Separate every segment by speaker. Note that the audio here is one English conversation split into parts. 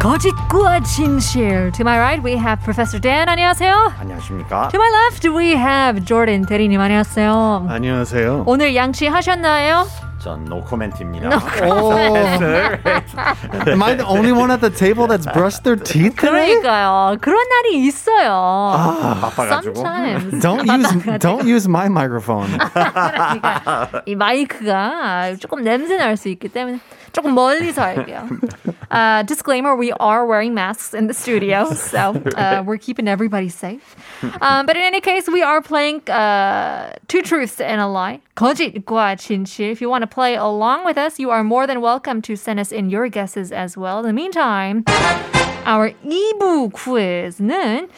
Speaker 1: 거짓과 진실. To my right, we have Professor Dan. 안녕하세요.
Speaker 2: 안녕하십니까?
Speaker 1: To my left, we have Jordan 대리님.
Speaker 2: 아.
Speaker 1: 안녕하세요.
Speaker 3: 안녕하세요.
Speaker 1: 오늘 양치 하셨나요?
Speaker 2: 전 노코멘트입니다.
Speaker 3: Oh. Am I the only one at the table that's brushed their teeth today?
Speaker 1: 그러니까요. 그런 날이 있어요.
Speaker 2: 바빠가지고.
Speaker 1: Sometimes.
Speaker 3: Don't use don't use my microphone.
Speaker 1: 그러니까 이 마이크가 조금 냄새 날 수 있기 때문에 조금 멀리서 할게요. Uh, disclaimer: We are wearing masks in the studio, so uh, we're keeping everybody safe. Um, but in any case, we are playing uh, two truths and a lie. 거짓과 진실. If you want to play along with us, you are more than welcome to send us in your guesses as well. In the meantime. Our 2부 quizz는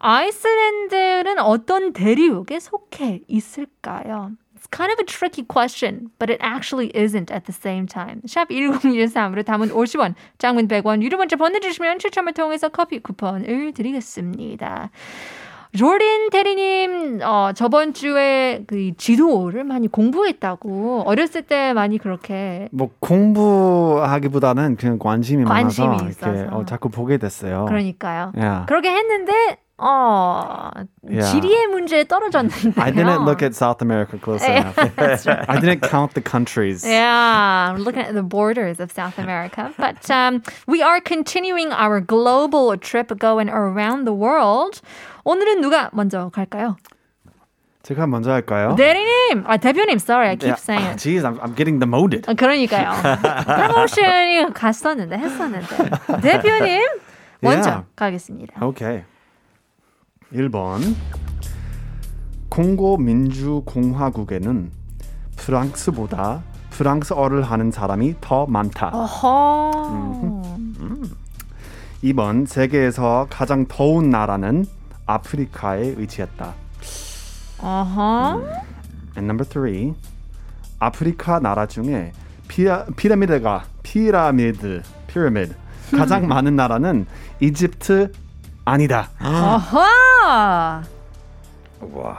Speaker 1: 아이슬란드는 어떤 대륙에 속해 있을까요? It's kind of a tricky question, but it actually isn't at the same time. 샵 1013으로 담은 50원, 장문 100원, 유료 문자 보내주시면 추첨을 통해서 커피 쿠폰을 드리겠습니다. 조린 테리님, 어, 저번 주에 그 지도를 많이 공부했다고 어렸을 때 많이 그렇게
Speaker 3: 뭐 공부하기보다는 그냥 관심이,
Speaker 1: 관심이
Speaker 3: 많아서 이렇게
Speaker 1: 있어서.
Speaker 3: 어, 자꾸 보게 됐어요.
Speaker 1: 그러니까요.
Speaker 3: Yeah.
Speaker 1: 그렇게 했는데 어
Speaker 3: 야.
Speaker 1: 지리의 문제에 떨어졌는데요.
Speaker 3: I didn't look at South America close enough. I didn't count the countries.
Speaker 1: Yeah, we're looking at the borders of South America. But um, we are continuing our global trip going around the world. 오늘은 누가 먼저 갈까요?
Speaker 3: 제가 먼저 할까요?
Speaker 1: 대리님! 아, 대표님, sorry, I keep
Speaker 3: Yeah.
Speaker 1: saying
Speaker 3: Ah,
Speaker 1: it.
Speaker 3: Jeez, I'm, I'm getting demoted.
Speaker 1: 아, 그러니까요. 프로모션이 갔었는데, 했었는데. 대표님, 먼저
Speaker 3: Yeah.
Speaker 1: 가겠습니다.
Speaker 3: Okay. 1번 콩고 민주공화국에는 프랑스보다 프랑스어를 하는 사람이 더 많다.
Speaker 1: 어. 어허.
Speaker 3: 음. 2번 세계에서 가장 더운 나라는 아프리카에 위치했다.
Speaker 1: 어허.
Speaker 3: And number three, 아프리카 나라 중에 피라, 피라미드가 피라미드 피라미드 가장 많은 나라는 이집트 아니다.
Speaker 1: 어허.
Speaker 2: 와.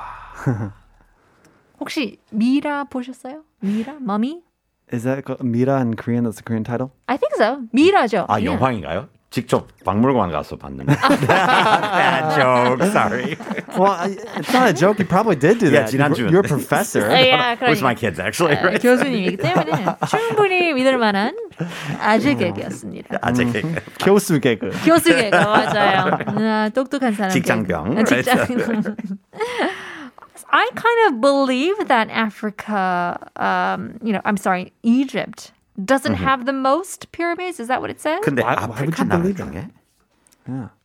Speaker 1: 혹시 미라 보셨어요? 미라? 머미?
Speaker 3: Is that called Mira in Korean? That's the Korean title.
Speaker 1: I think so. 미라죠.
Speaker 2: 아,
Speaker 1: 예.
Speaker 2: 영화인가요? 직접 박물관 가서 봤는데.
Speaker 1: 아.
Speaker 2: Bad joke, sorry.
Speaker 3: Well, I- it's not a joke. You probably did do
Speaker 2: Yeah,
Speaker 3: that.
Speaker 2: 지난주에.
Speaker 3: You're, you're a professor.
Speaker 1: 아, 예,
Speaker 2: With my
Speaker 1: 그러니까.
Speaker 2: kids, actually.
Speaker 1: 아,
Speaker 2: Right?
Speaker 1: 교수님이기 때문에 충분히 믿을 만한 아재 개그였습니다.
Speaker 2: 아직
Speaker 3: 교수 개그.
Speaker 1: 교수 개그 맞아요. 아, 똑똑한 사람.
Speaker 2: 직장병.
Speaker 1: 개그. 아, 직장병. I kind of believe that Africa, um, you know, I'm sorry, Egypt doesn't
Speaker 2: Mm-hmm.
Speaker 1: have the most pyramids. Is that what it says?
Speaker 2: 근데
Speaker 3: Why- why would
Speaker 2: 아프리카
Speaker 3: you
Speaker 2: 나라
Speaker 3: believe it?
Speaker 2: 중에?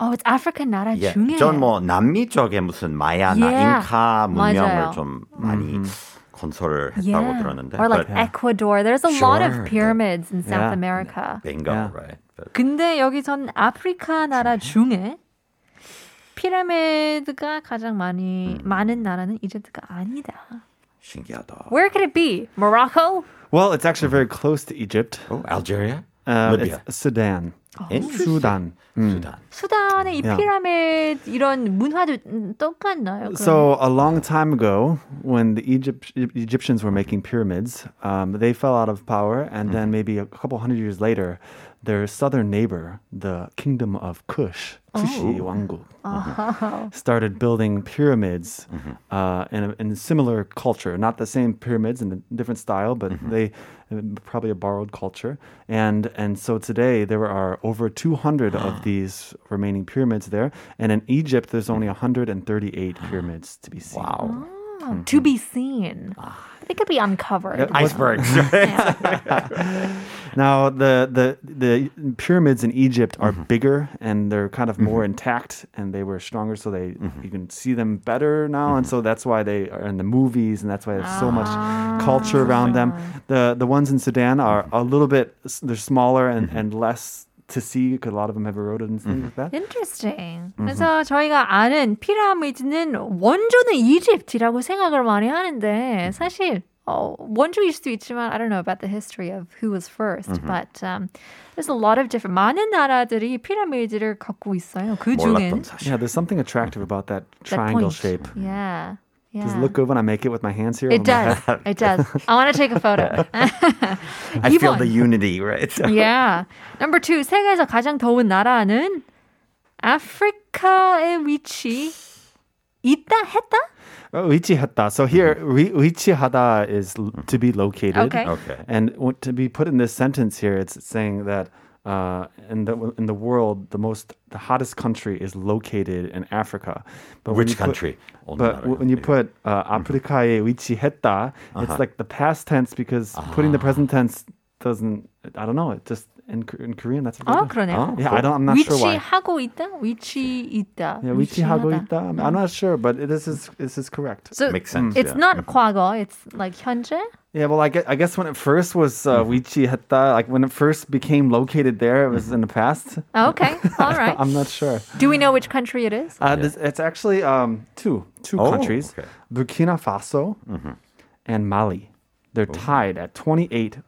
Speaker 1: oh, it's Africa 나라
Speaker 2: 예.
Speaker 1: 중에.
Speaker 2: 전뭐 남미 쪽에 무슨 마야나
Speaker 1: 예.
Speaker 2: 잉카 문명을
Speaker 1: 맞아요.
Speaker 2: 좀 많이
Speaker 3: 음.
Speaker 2: 건설을
Speaker 1: yeah.
Speaker 2: 했다고 들었는데.
Speaker 1: or like
Speaker 2: But
Speaker 1: Ecuador. There's a lot
Speaker 2: Sure.
Speaker 1: of pyramids in South
Speaker 3: Yeah.
Speaker 1: America.
Speaker 2: Bingo,
Speaker 3: Yeah.
Speaker 2: right? But
Speaker 1: 근데 여기선 아프리카 나라 중에 피라미드가 가장 많이 많은 나라는 이집트가 아니다.
Speaker 2: 신기하다.
Speaker 1: Where could it be? Morocco?
Speaker 3: Well, it's actually very close to Egypt.
Speaker 2: Oh, Algeria?
Speaker 3: Uh, mm.
Speaker 2: Libya.
Speaker 3: it's Sudan.
Speaker 2: Interesting.
Speaker 3: Sudan.
Speaker 2: Sudan.
Speaker 1: 수단의 이
Speaker 3: Yeah.
Speaker 1: 피라미드 이런 문화도 음, 똑같나요? 그럼?
Speaker 3: So a long time ago, when the Egypt, Egyptians were making pyramids, um, they fell out of power, and
Speaker 2: Mm-hmm.
Speaker 3: then maybe a couple hundred years later, their southern neighbor, the kingdom of Kush, Kushi Wanguk, started building pyramids uh, in, a, in a similar culture, not the same pyramids in a different style, but they uh, probably a borrowed culture. And and so today there are over 200 of these remaining pyramids there, and in Egypt there's only 138 pyramids to be seen.
Speaker 2: Wow.
Speaker 1: Oh, to be seen. 아. It could be uncovered.
Speaker 2: Icebergs.
Speaker 3: Now the the the pyramids in Egypt are bigger and they're kind of more intact and they were stronger, so they you can see them better now, and so that's why they are in the movies and that's why there's so much culture around them. The the ones in Sudan are a little bit s- they're smaller and, and less to see because a lot of them have eroded and things like that.
Speaker 1: Interesting. 그래서 저희가 아는 피라미드는 원조는 이집트라고 생각을 많이 하는데 사실 어, 원조일 수도 있지만 I don't know about the history of who was 1st but um, there's a lot of different 많은 나라들이 피라미드를 갖고 있어요. 그 중엔
Speaker 2: 몰랐던 사실.
Speaker 3: Yeah, there's something attractive about that
Speaker 1: that point.
Speaker 3: triangle shape.
Speaker 1: Yeah.
Speaker 3: Does it
Speaker 1: Yeah.
Speaker 3: look good when I make it with my hands here?
Speaker 1: It
Speaker 3: on my head?
Speaker 1: does. It does. I want to take a photo.
Speaker 2: I
Speaker 1: 이번.
Speaker 2: feel the unity, right?
Speaker 1: yeah. Number two, 세계에서 가장 더운 나라는 아프리카의 위치 있다 했다?
Speaker 3: Oh, 위치하다. So here, 위- 위치하다 is l- to be located.
Speaker 1: Okay.
Speaker 2: Okay.
Speaker 3: And w- to be put in this sentence here, it's saying that uh, in the in the world, the most the hottest country is located in Africa. But when
Speaker 2: Which
Speaker 3: you put-
Speaker 2: country? 어느
Speaker 3: but
Speaker 2: 나라예요?
Speaker 3: w- when you put uh,
Speaker 2: Mm-hmm.
Speaker 3: 아프리카에 위치했다,
Speaker 2: Uh-huh.
Speaker 3: it's like the past tense because
Speaker 2: Ah.
Speaker 3: putting the present tense doesn't. I don't know. It just in, K- in Korean that's.
Speaker 1: 아,
Speaker 3: what it
Speaker 1: Ah,
Speaker 3: is.
Speaker 2: Ah,
Speaker 1: 그러네요.
Speaker 3: Yeah, I don't. I'm not sure why.
Speaker 1: 위치하고 있다? 위치 있다.
Speaker 3: Yeah, 위치하고
Speaker 1: 위치하다.
Speaker 3: 있다. I'm, I'm not sure, but this is this is correct.
Speaker 1: So
Speaker 2: Makes sense.
Speaker 1: It's
Speaker 2: yeah. Mm-hmm.
Speaker 1: not 과거, it's like 현재.
Speaker 3: Yeah, well, I guess, I guess when it first was
Speaker 2: Mm-hmm.
Speaker 3: uh, Wichi Hetta, like when it first became located there, it was
Speaker 2: Mm-hmm.
Speaker 3: in the past.
Speaker 1: Okay. All right.
Speaker 3: I'm not sure.
Speaker 1: Do we know which country it is?
Speaker 3: Uh, this, it's actually um, two two
Speaker 2: Oh,
Speaker 3: countries,
Speaker 2: okay. Mm-hmm.
Speaker 3: Burkina Faso and Mali. They're tied at 28.25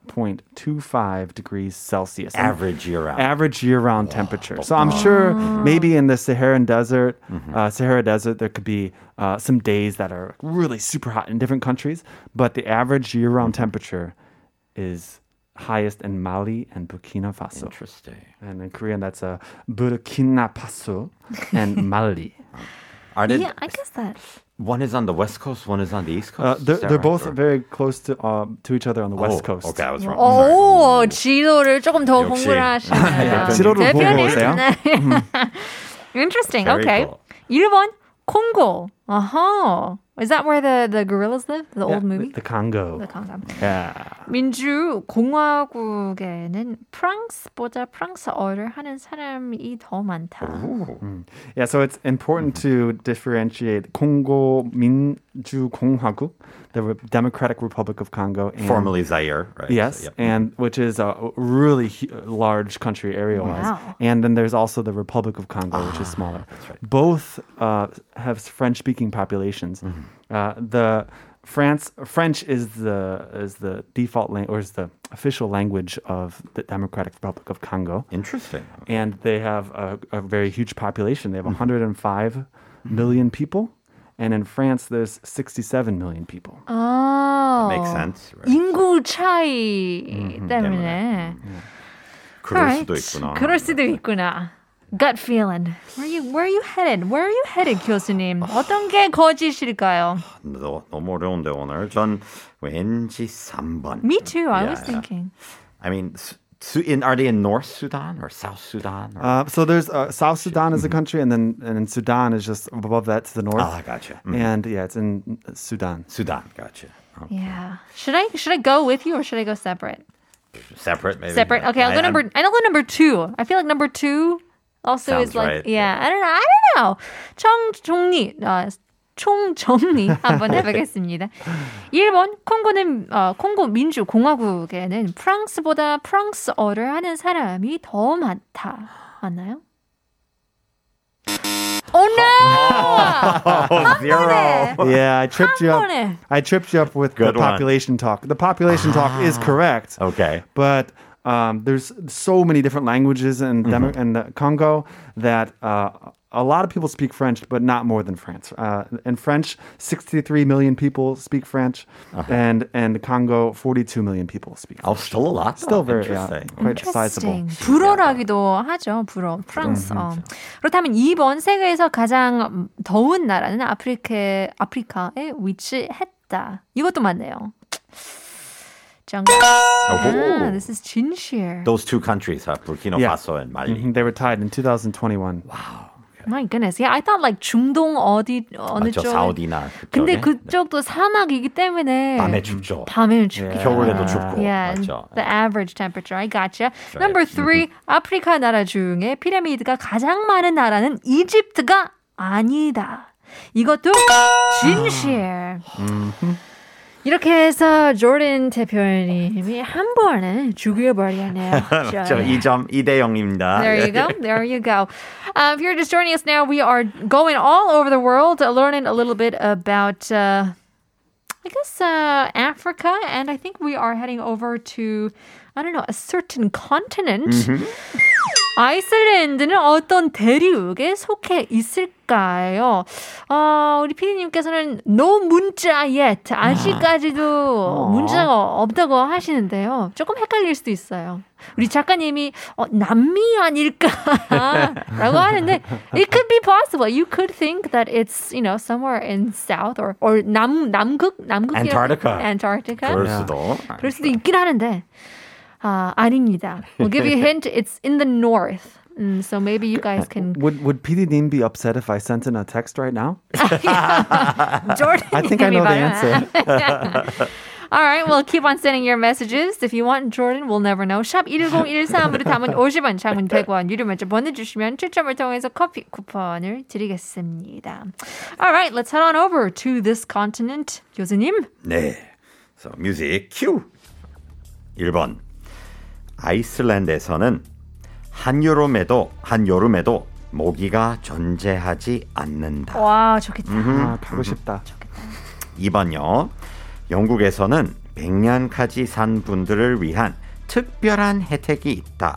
Speaker 3: degrees Celsius.
Speaker 2: average year round.
Speaker 3: average year-round temperature. So I'm sure
Speaker 1: Mm-hmm.
Speaker 3: maybe in the Saharan desert,
Speaker 2: Mm-hmm.
Speaker 3: uh, Sahara desert, there could be uh, some days that are really super hot in different countries, but the average year-round
Speaker 2: Mm-hmm.
Speaker 3: temperature is highest in Mali and Burkina Faso.
Speaker 2: Interesting.
Speaker 3: And in Korean, that's uh, Burkina Faso and Mali.
Speaker 2: Are they,
Speaker 1: Yeah, I guess that.
Speaker 2: One is on the west coast, one is on the east
Speaker 3: Uh,
Speaker 2: coast. Is
Speaker 3: they're
Speaker 2: that
Speaker 3: they're
Speaker 2: right?
Speaker 3: both
Speaker 2: Or-
Speaker 3: very close to um, to each other on the
Speaker 2: Oh,
Speaker 3: west coast.
Speaker 2: Okay, I was wrong.
Speaker 1: 오, Oh, 지도를 조금 더
Speaker 2: 역시.
Speaker 1: 공부를 하시네요.
Speaker 3: 네, 지도를 보고
Speaker 1: 대표님.
Speaker 3: 오세요.
Speaker 1: 네. Interesting.
Speaker 2: Very
Speaker 1: okay.
Speaker 2: cool.
Speaker 1: 일본 콩고. Uh-huh. Is that where the, the gorillas live? The
Speaker 3: Yeah,
Speaker 1: old movie?
Speaker 3: The, the Congo.
Speaker 1: The Congo.
Speaker 3: yeah.
Speaker 1: 네, 민주 공화국에는 프랑스보다 프랑스어를 하는 사람이 더 많다.
Speaker 3: Yeah, so it's important to differentiate Congo Minju Konghwaguk, the Re- Democratic Republic of Congo. And,
Speaker 2: Formerly Zaire, right?
Speaker 3: Yes,
Speaker 2: So, yep.
Speaker 3: and which is a really hu- large country area-wise.
Speaker 1: Wow.
Speaker 3: And then there's also the Republic of Congo, which is smaller. Both uh, have French-speaking populations. Uh, the France French is the is the default language or is the official language of the Democratic Republic of Congo
Speaker 2: Interesting.
Speaker 3: and they have a, a very huge population. They have 105 million people, and in France, there's 67 million people.
Speaker 1: Oh. 아,
Speaker 2: Makes sense. Right?
Speaker 1: 인구 차이 때문에.
Speaker 2: 그럴
Speaker 1: Alright.
Speaker 2: 수도 있구나. 네.
Speaker 1: 그럴 수도 있구나. Gut feeling. Where you where you headed? Where you headed, 교수님? 어떤 게 거짓일까요?
Speaker 2: 너, 너무 어려운데 오늘. 전 왠지 3번.
Speaker 1: Me too. I
Speaker 2: Yeah,
Speaker 1: was
Speaker 2: yeah.
Speaker 1: thinking.
Speaker 2: I mean, s- Su- in, are they in North Sudan or South Sudan? Or?
Speaker 3: Uh, so there's uh, South Sudan is a country, and then and then Sudan is just above that to the north.
Speaker 2: ah, gotcha. Mm.
Speaker 3: And yeah, it's in Sudan.
Speaker 2: Sudan, gotcha. Oh,
Speaker 1: Yeah. Should I should I go with you or should I go separate?
Speaker 2: Separate, maybe.
Speaker 1: Separate. Okay, I'll go
Speaker 2: I- I'm-
Speaker 1: number. I, will go number two. I feel like number two also
Speaker 2: Sounds
Speaker 1: is like
Speaker 2: right.
Speaker 1: yeah. I don't know. I don't know. 총정리. 어, 총정리 한번
Speaker 2: 네.
Speaker 1: 해보겠습니다. 일본 콩고는 어, 콩고 민주 공화국에는 프랑스보다 프랑스어를 하는 사람이 더 많다. 맞나요? Oh no! 네.
Speaker 2: Oh, zero.
Speaker 3: Yeah, I tripped you up.
Speaker 1: 한번에.
Speaker 3: I tripped you up with
Speaker 2: Good
Speaker 3: the
Speaker 2: one.
Speaker 3: population talk. The population talk is correct.
Speaker 2: Okay.
Speaker 3: but um, there's so many different languages in,
Speaker 2: Mm-hmm.
Speaker 3: Demo- in the Congo that uh, a lot of people speak French, but not more than France. Uh, in French, 63 million people speak French,
Speaker 2: Uh-huh.
Speaker 3: and and Congo, 42 million people speak.
Speaker 2: Oh, still a lot. though.
Speaker 3: Still very yeah,
Speaker 2: interesting.
Speaker 3: quite sizable.
Speaker 1: 불어라기도 하죠.
Speaker 2: 음,
Speaker 1: 불어. 프랑스. 어.
Speaker 2: 그렇죠.
Speaker 1: 그렇다면 2번 세계에서 가장 더운 나라는 아프리카 아프리카에 위치했다. 이것도 맞네요. 정답. 아, this is 진실.
Speaker 2: Oh, Those two countries, huh? Burkina
Speaker 3: Yeah.
Speaker 2: Faso and Mali.
Speaker 3: Mhm, They were tied in 2021.
Speaker 1: My goodness. Yeah, I thought like 중동 어디 어느
Speaker 2: 저
Speaker 1: 쪽.
Speaker 2: 사우디나 그쪽에. 네.
Speaker 1: 근데 그쪽도 사막이기 때문에
Speaker 2: 밤에 춥죠. 예.
Speaker 1: 밤에는 춥기
Speaker 2: 그렇죠. 겨울에도 춥고.
Speaker 1: Yeah, and
Speaker 2: 맞죠. 예.
Speaker 1: the average temperature. I gotcha. Number three, 아프리카 나라 중에 피라미드가 가장 많은 나라는 이집트가 아니다. 이것도 진실. 이렇게 해서 조던 대표님이 한 번에 죽여버리네요. 예.
Speaker 2: 저 2점 2대 0입니다. 예.
Speaker 1: There you go. There you go. Um, if you're just joining us now, we are going all over the world, uh, learning a little bit about, uh, I guess, uh, Africa. And I think we are heading over to, I don't know, a certain continent. 아이슬란드는 어떤 대륙에 속해 있을까요? 어, 우리 피디님께서는 no 문자 yet.
Speaker 2: 어.
Speaker 1: 아직까지도 문자가 없다고 하시는데요. 조금 헷갈릴 수도 있어요. 우리 작가님이 어, 남미 아닐까라고 하는데 it could be possible. You could think that it's you know somewhere in south or or 남 남극 남극
Speaker 2: Antarctica.
Speaker 1: Antarctica.
Speaker 2: 그럴
Speaker 3: Yeah.
Speaker 2: 수도.
Speaker 1: 그럴 수도 있긴 하는데 아 아닙니다. We'll give you a hint. It's in the north. 음, so maybe you guys can.
Speaker 3: Would would PD Dean be upset if I sent in a text right now?
Speaker 1: Jordan,
Speaker 3: I think I know the answer.
Speaker 1: All right, well, keep on sending your messages. If you want, Jordan, we'll never know. 샵 1013으로 담은 50원, 장문 100원, 유료 문자 보내주시면 추첨을 통해서 커피 쿠폰을 드리겠습니다. All right, let's head on over to this continent. 교수님.
Speaker 2: 네. So, 뮤직 큐. 1번. 아이슬란드에서는 한여름에도 한여름에도 모기가 존재하지 않는다.
Speaker 1: 와, 좋겠다.
Speaker 2: Mm-hmm.
Speaker 3: 아, 가고 Ah, 싶다.
Speaker 2: 2번요. 영국에서는 백년까지 산 분들을 위한 특별한 혜택이 있다.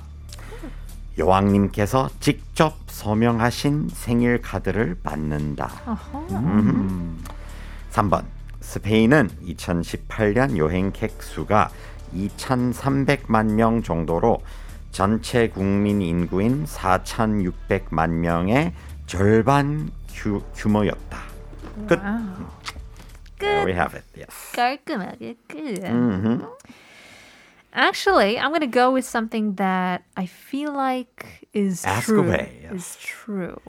Speaker 2: 여왕님께서 직접 서명하신 생일 카드를 받는다. 음. 3번. 스페인은 2018년 여행객 수가 2,300만 명 정도로 전체 국민 인구인 4,600만 명의 절반 규, 규모였다. 끝. There we have it. Yes.
Speaker 1: 깔끔하게 끝. Actually, I'm gonna go with something that I feel like is
Speaker 2: Ask
Speaker 1: true.
Speaker 2: away,
Speaker 1: Is
Speaker 2: yes.
Speaker 1: true.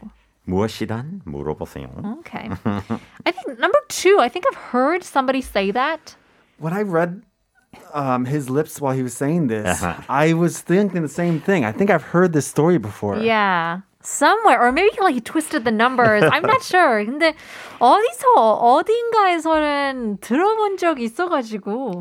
Speaker 2: 무엇이란 물어보세요.
Speaker 1: Okay. I think number two. I think I've heard somebody say that.
Speaker 3: When I read um, his lips while he was saying this,
Speaker 2: Uh-huh.
Speaker 3: I was thinking the same thing. I think I've heard this story before.
Speaker 1: Yeah. Somewhere, or maybe like he twisted the numbers. I'm not sure. 근데 어디서 어딘가에서는 들어본 적이 있어가지고.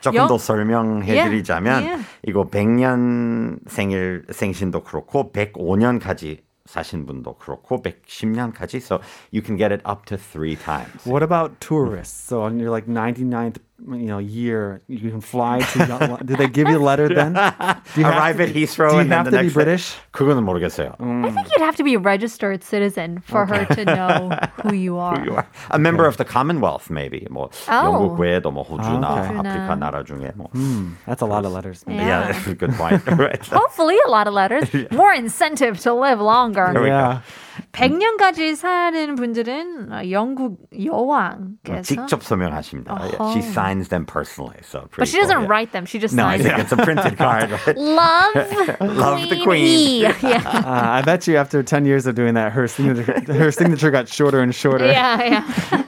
Speaker 2: 조금
Speaker 1: 영-
Speaker 2: 더 설명해드리자면
Speaker 3: 예,
Speaker 1: Yeah, yeah.
Speaker 2: 이거 100년 생일 생신도 그렇고 105년까지 사신 분도 그렇고 110년까지 so you can get it up to three times.
Speaker 3: What about tourists? So on your like 99th, you know, year, you can fly to. Do they give you a letter then? Do you have
Speaker 2: Arrive at
Speaker 3: to-
Speaker 2: Heathrow
Speaker 3: do
Speaker 2: and
Speaker 3: you
Speaker 2: then
Speaker 3: have
Speaker 2: the
Speaker 3: to be
Speaker 2: next day-
Speaker 3: British? 음.
Speaker 2: 그거는 모르겠어요.
Speaker 1: I think you'd have to be a registered citizen for her to know who you are.
Speaker 2: You are a member of the Commonwealth, maybe. 뭐 영국 외에도 뭐 호주나
Speaker 3: 아, 음.
Speaker 1: 오케이.
Speaker 2: 아프리카 나라 중에 뭐.
Speaker 3: That's a lot of letters. man.
Speaker 2: Yeah, that's a good point. Right.
Speaker 3: 어?
Speaker 1: Hopefully, a lot of letters. More incentive to live longer.
Speaker 2: There we
Speaker 3: Yeah.
Speaker 1: 100년까지 사는 분들은 어, 영국 여왕께서.
Speaker 2: 직접 서명하십니다. Yeah, She signs them personally, so pretty
Speaker 1: But she doesn't
Speaker 2: cool, yeah.
Speaker 1: write them. She just
Speaker 2: No, I
Speaker 1: signs
Speaker 2: think
Speaker 1: them.
Speaker 2: it's a printed card. Right?
Speaker 1: Love,
Speaker 2: Love the
Speaker 1: E.
Speaker 2: Queen.
Speaker 1: yeah,
Speaker 3: Uh, I bet you after 10 years of doing that, her signature, her signature got shorter and shorter.
Speaker 1: yeah, yeah.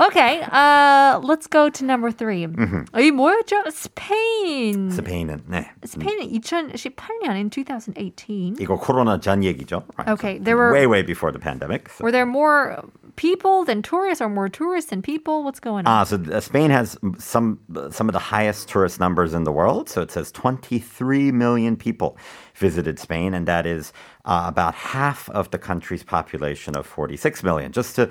Speaker 1: okay, uh, let's go to number 3
Speaker 2: Mm-hmm.
Speaker 1: 이 뭐였죠? 스페인.
Speaker 2: 스페인은 네.
Speaker 1: 스페인은 2018년 in 2018.
Speaker 2: 이거 코로나 전 얘기죠. Right,
Speaker 1: Okay, there were-
Speaker 2: way way before the pandemic. So.
Speaker 1: Were there more people than tourists, or more tourists than people? What's going on?
Speaker 2: Ah, so uh, Spain has some some of the highest tourist numbers in the world. So it says 23 million people visited Spain, and that is uh, about half of the country's population of 46 million. Just to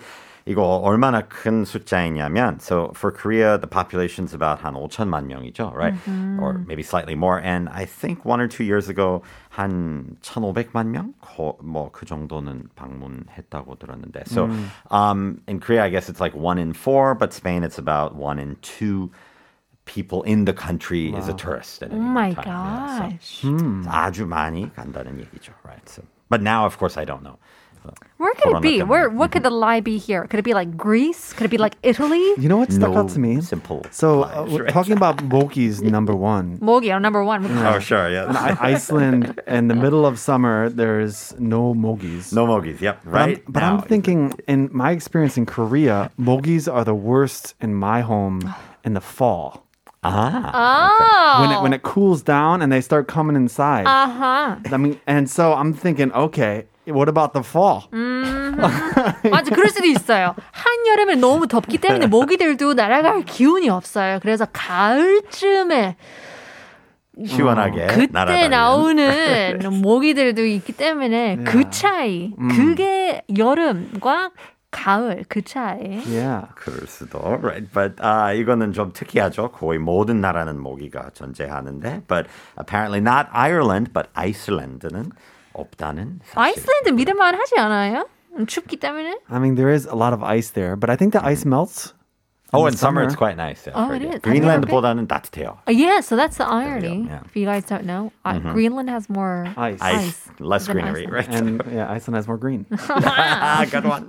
Speaker 2: 이거 얼마나 큰 숫자이냐면, so for Korea, the population's about 한 5천만 명이죠, right?
Speaker 3: Mm-hmm.
Speaker 2: Or maybe slightly more. And I think one or two years ago, 한 1,500만 명? 뭐그 정도는 방문했다고 들었는데. So
Speaker 3: Mm.
Speaker 2: um, in Korea, I guess it's like one in four, but Spain, it's about one in two people in the country is a tourist. At
Speaker 1: Oh
Speaker 2: any
Speaker 1: my
Speaker 2: time. Yeah, so Hmm.
Speaker 1: gosh.
Speaker 2: 아주 많이 간다는 얘기죠, right? So, but now, of course, I don't know.
Speaker 1: Where could it
Speaker 2: Corona
Speaker 1: be?
Speaker 2: 때문에.
Speaker 1: Where what could the lie be here? Could it be like Greece? Could it be like Italy?
Speaker 3: You know what stuck
Speaker 2: No
Speaker 3: out to me?
Speaker 2: simple
Speaker 3: So, uh,
Speaker 2: lies, right?
Speaker 3: we're talking about Moki's number one.
Speaker 1: Mogi, our number one.
Speaker 2: Oh, sure, yeah.
Speaker 3: I- Iceland, in the middle of summer, there's no Mogis.
Speaker 2: No mogis, yep, right?
Speaker 3: I'm- but
Speaker 2: now,
Speaker 3: I'm thinking, in my experience in Korea, Mogis are the worst in my home in the fall.
Speaker 2: Ah.
Speaker 1: Oh,
Speaker 3: When, it, when it cools down and they start coming inside.
Speaker 1: uh huh.
Speaker 3: I mean, and so I'm thinking, okay, what about the fall?
Speaker 1: Mm. 맞아, 그럴 수도 있어요. 한 여름에 너무 덥기 때문에 모기들도 날아갈 기운이 없어요. 그래서 가을쯤에
Speaker 2: 시원하게
Speaker 1: 그때
Speaker 2: 네, 날아다니는.
Speaker 1: 나오는
Speaker 2: 네. 음.
Speaker 1: 모기들도 있기 때문에 그 차이, 그게 여름과 가을 그 차에.
Speaker 3: Yeah.
Speaker 2: 그럴 수도, right? But uh, 이거는 좀 특이하죠. 거의 모든 나라는 모기가 존재하는데, but apparently not Ireland, but Iceland는 없다는 사실.
Speaker 1: 아이슬란드 믿을만 하지 않아요? 음, 춥기 때문에?
Speaker 3: I mean, there is a lot of ice there, but I think the ice melts.
Speaker 2: Oh,
Speaker 3: in
Speaker 2: in summer,
Speaker 3: summer.
Speaker 2: it's quite nice. Yeah,
Speaker 1: Oh,
Speaker 2: I've heard
Speaker 1: it is. Have you ever been?
Speaker 2: 그린란드보다는 따뜻해요.
Speaker 1: Uh, yeah, so that's the irony.
Speaker 2: yeah.
Speaker 1: If you guys don't know, I-
Speaker 3: Mm-hmm.
Speaker 1: Greenland has more
Speaker 3: Ice.
Speaker 2: Ice, less
Speaker 1: than
Speaker 2: greenery,
Speaker 1: Iceland.
Speaker 2: right?
Speaker 3: And yeah, Iceland has more green.
Speaker 2: ah, good one.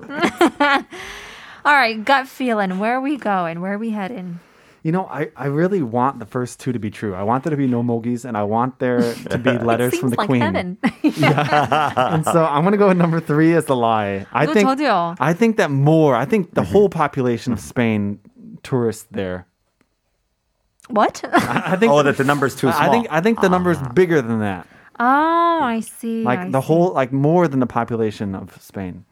Speaker 1: All right, gut feeling. Where are we going? Where are we heading?
Speaker 3: You know, I, I really want the first two to be true. I want there to be no mogis, and I want there to be letters
Speaker 1: Seems
Speaker 3: from the
Speaker 1: like
Speaker 3: queen.
Speaker 1: heaven.
Speaker 3: And so I'm gonna go with number three as the lie. I
Speaker 1: No,
Speaker 3: think
Speaker 1: 저도요.
Speaker 3: I think that more. I think the whole population of Spain tourists there.
Speaker 1: what?
Speaker 3: I think.
Speaker 2: Oh, that the number's too small.
Speaker 3: I think I think the number is bigger than that.
Speaker 1: oh, I see.
Speaker 3: Like
Speaker 1: I
Speaker 3: the
Speaker 1: see.
Speaker 3: whole like more than the population of Spain.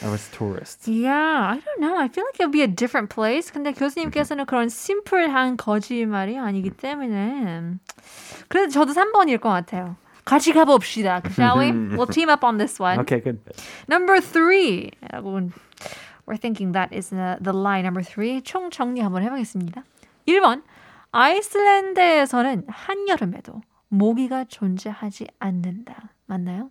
Speaker 3: That was tourists.
Speaker 1: Yeah, I don't know. I feel like it would be a different place. 근데
Speaker 3: Mm-hmm.
Speaker 1: 교수님께서는 그런 심플한 거짓말이 아니기 때문에 그래도 저도 3번일 것 같아요. 같이 가봅시다. Shall we? We'll team up on this one.
Speaker 3: Okay, good.
Speaker 1: Number three. 여러분, We're thinking that is the, the lie number three. 총 정리 한번 해보겠습니다. 1번. 아이슬란드에서는 한여름에도 모기가 존재하지 않는다. 맞나요?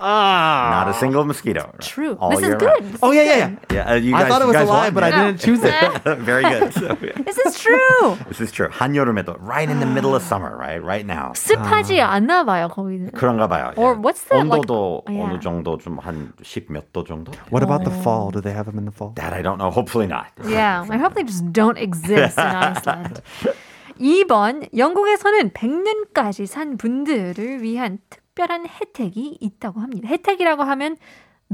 Speaker 3: Ah.
Speaker 2: Not a single mosquito. right?
Speaker 1: True.
Speaker 2: All
Speaker 1: this is
Speaker 2: year
Speaker 1: good.
Speaker 2: round.
Speaker 1: This
Speaker 3: Oh
Speaker 1: is
Speaker 3: yeah, yeah,
Speaker 1: good.
Speaker 3: yeah.
Speaker 2: Yeah, uh, you guys,
Speaker 3: I thought it
Speaker 2: you
Speaker 3: was a
Speaker 2: guys
Speaker 3: lie,
Speaker 2: won.
Speaker 3: but I
Speaker 1: No.
Speaker 3: didn't choose it.
Speaker 2: Very good. So, yeah.
Speaker 1: This is true.
Speaker 2: This is true. 한여름에도 right in the middle of summer, right? Right now.
Speaker 1: 습하지 않나 봐요 거기는.
Speaker 2: 아. 그런가 봐요.
Speaker 1: Or
Speaker 2: 예.
Speaker 1: what's the, like- Oh,
Speaker 2: 온도도
Speaker 1: yeah.
Speaker 2: 어느 정도 좀한10몇도 정도?
Speaker 3: What about
Speaker 1: Oh.
Speaker 3: the fall? Do they have them in the fall?
Speaker 2: That I don't know. Hopefully not.
Speaker 1: Yeah, I hope they just don't exist in Iceland. 2번 영국에서는 100년까지 산 분들을 위한 특별한 혜택이 있다고 합니다. 혜택이라고 하면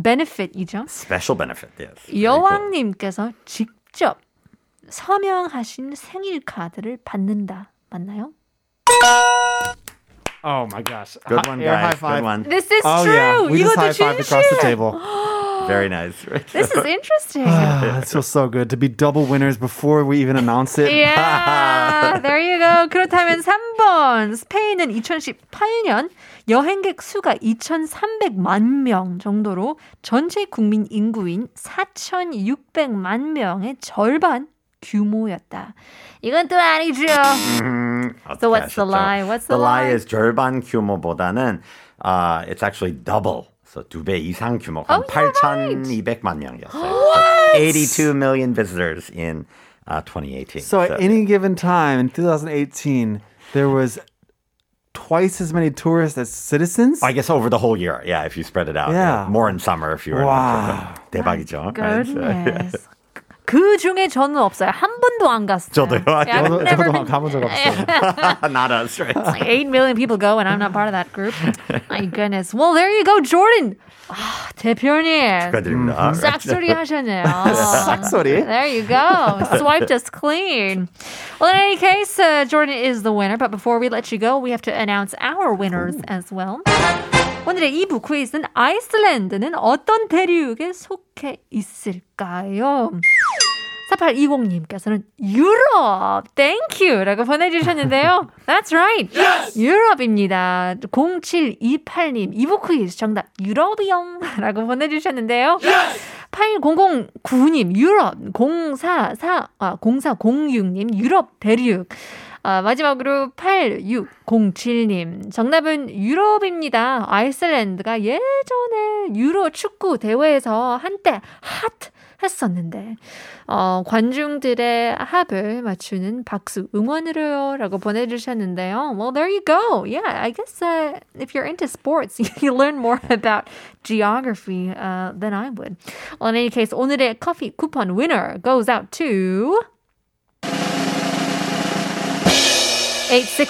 Speaker 1: benefit이죠.
Speaker 2: Special benefit. Yes. Very cool.
Speaker 1: 여왕님께서 직접 서명하신 생일 카드를 받는다. 맞나요?
Speaker 3: Oh my gosh.
Speaker 2: Good one,
Speaker 3: Air
Speaker 2: guys.
Speaker 3: high
Speaker 2: Good
Speaker 3: five.
Speaker 2: one.
Speaker 1: This is
Speaker 3: Oh yeah,
Speaker 1: true.
Speaker 3: we just
Speaker 1: 이것도
Speaker 3: high
Speaker 1: 진실.
Speaker 3: fived across the table.
Speaker 2: Very nice. Right?
Speaker 1: This is interesting.
Speaker 3: Ah, this feels so good to be double winners before we even announce it.
Speaker 1: Yeah, there you go. 그렇다면 3번 스페인은 2018년 여행객 수가 2,300만 명 정도로 전체 국민 인구인 4,600만 명의 절반 규모였다. 이건 또 아니죠. So what's the lie? What's the
Speaker 2: the lie?
Speaker 1: lie?
Speaker 2: is 절반 규모보다는 uh, it's actually double. So 두배 이상 규모. 한
Speaker 1: Oh, you're
Speaker 2: 8,200만 명이었어요. So 82 million visitors in uh, 2018.
Speaker 3: So at any given time in 2018, there was twice as many tourists as citizens.
Speaker 2: I guess over the whole year. Yeah, if you spread it out.
Speaker 3: Yeah.
Speaker 2: More in summer if you were
Speaker 3: Wow.
Speaker 2: in 대박이죠. right? So-
Speaker 1: Goodness. 그 중에 저는 없어요. 한 번도 안 갔어요.
Speaker 2: 저도요.
Speaker 1: Yeah, I've
Speaker 3: 저도-
Speaker 1: never
Speaker 3: 저도
Speaker 1: been-
Speaker 3: 가본 적 없어요.
Speaker 2: Not us, right?
Speaker 1: Like 8 million people go and I'm not part of that group. My goodness. Well, there you go, Jordan. 아, 대표님.
Speaker 2: 축하드립니다.
Speaker 1: 싹소리 하셨네요.
Speaker 3: 싹소리?
Speaker 1: There you go. Swiped us clean. Well, in any case, uh, Jordan is the winner. But before we let you go, we have to announce our winners as well. 오늘의 2부 퀴즈는 아이슬란드는 어떤 대륙에 속해 있을까요? 4820님께서는 유럽 땡큐라고 보내주셨는데요. That's right. 유럽입니다. 0728님 이보크이즈 정답 유럽이요라고 보내주셨는데요. 8009님 유럽 044 아, 0406님 유럽 대륙 아, 마지막으로 8607님. 정답은 유럽입니다. 아이슬란드가 예전에 유로 축구 대회에서 한때 핫 했었는데, 어, 관중들의 합을 맞추는 박수 응원으로요. 라고 보내주셨는데요. Well, there you go. Yeah, I guess uh, if you're into sports, you learn more about geography uh, than I would. Well, in any case, 오늘의 커피 쿠폰 winner goes out to.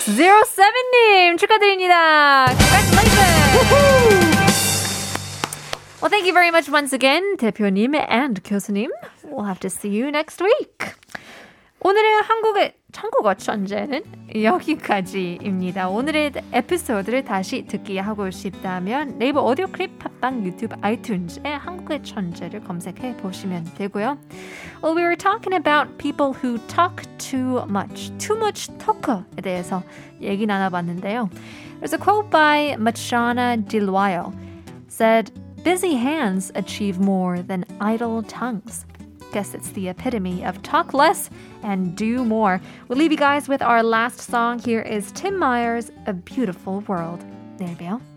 Speaker 1: 8607님 축하드립니다. Congratulations. Well, thank you very much once again, 대표님 and 교수님. We'll have to see you next week. 오늘의 한국의 한국어 천재는 여기까지입니다. 오늘의 에피소드를 다시 듣기 하고 싶다면 네이버 오디오 클립, 팟빵, 유튜브, 아이튠즈에 한국의 천재를 검색해 보시면 되고요. Well, we were talking about people who talk too much, too much talker에 대해서 얘기 나눠봤는데요. There's a quote by Machana Dilwyo said, Busy hands achieve more than idle tongues. Guess it's the epitome of talk less and do more. We'll leave you guys with our last song. Here is Tim Myers, A Beautiful World. 내일 봬요.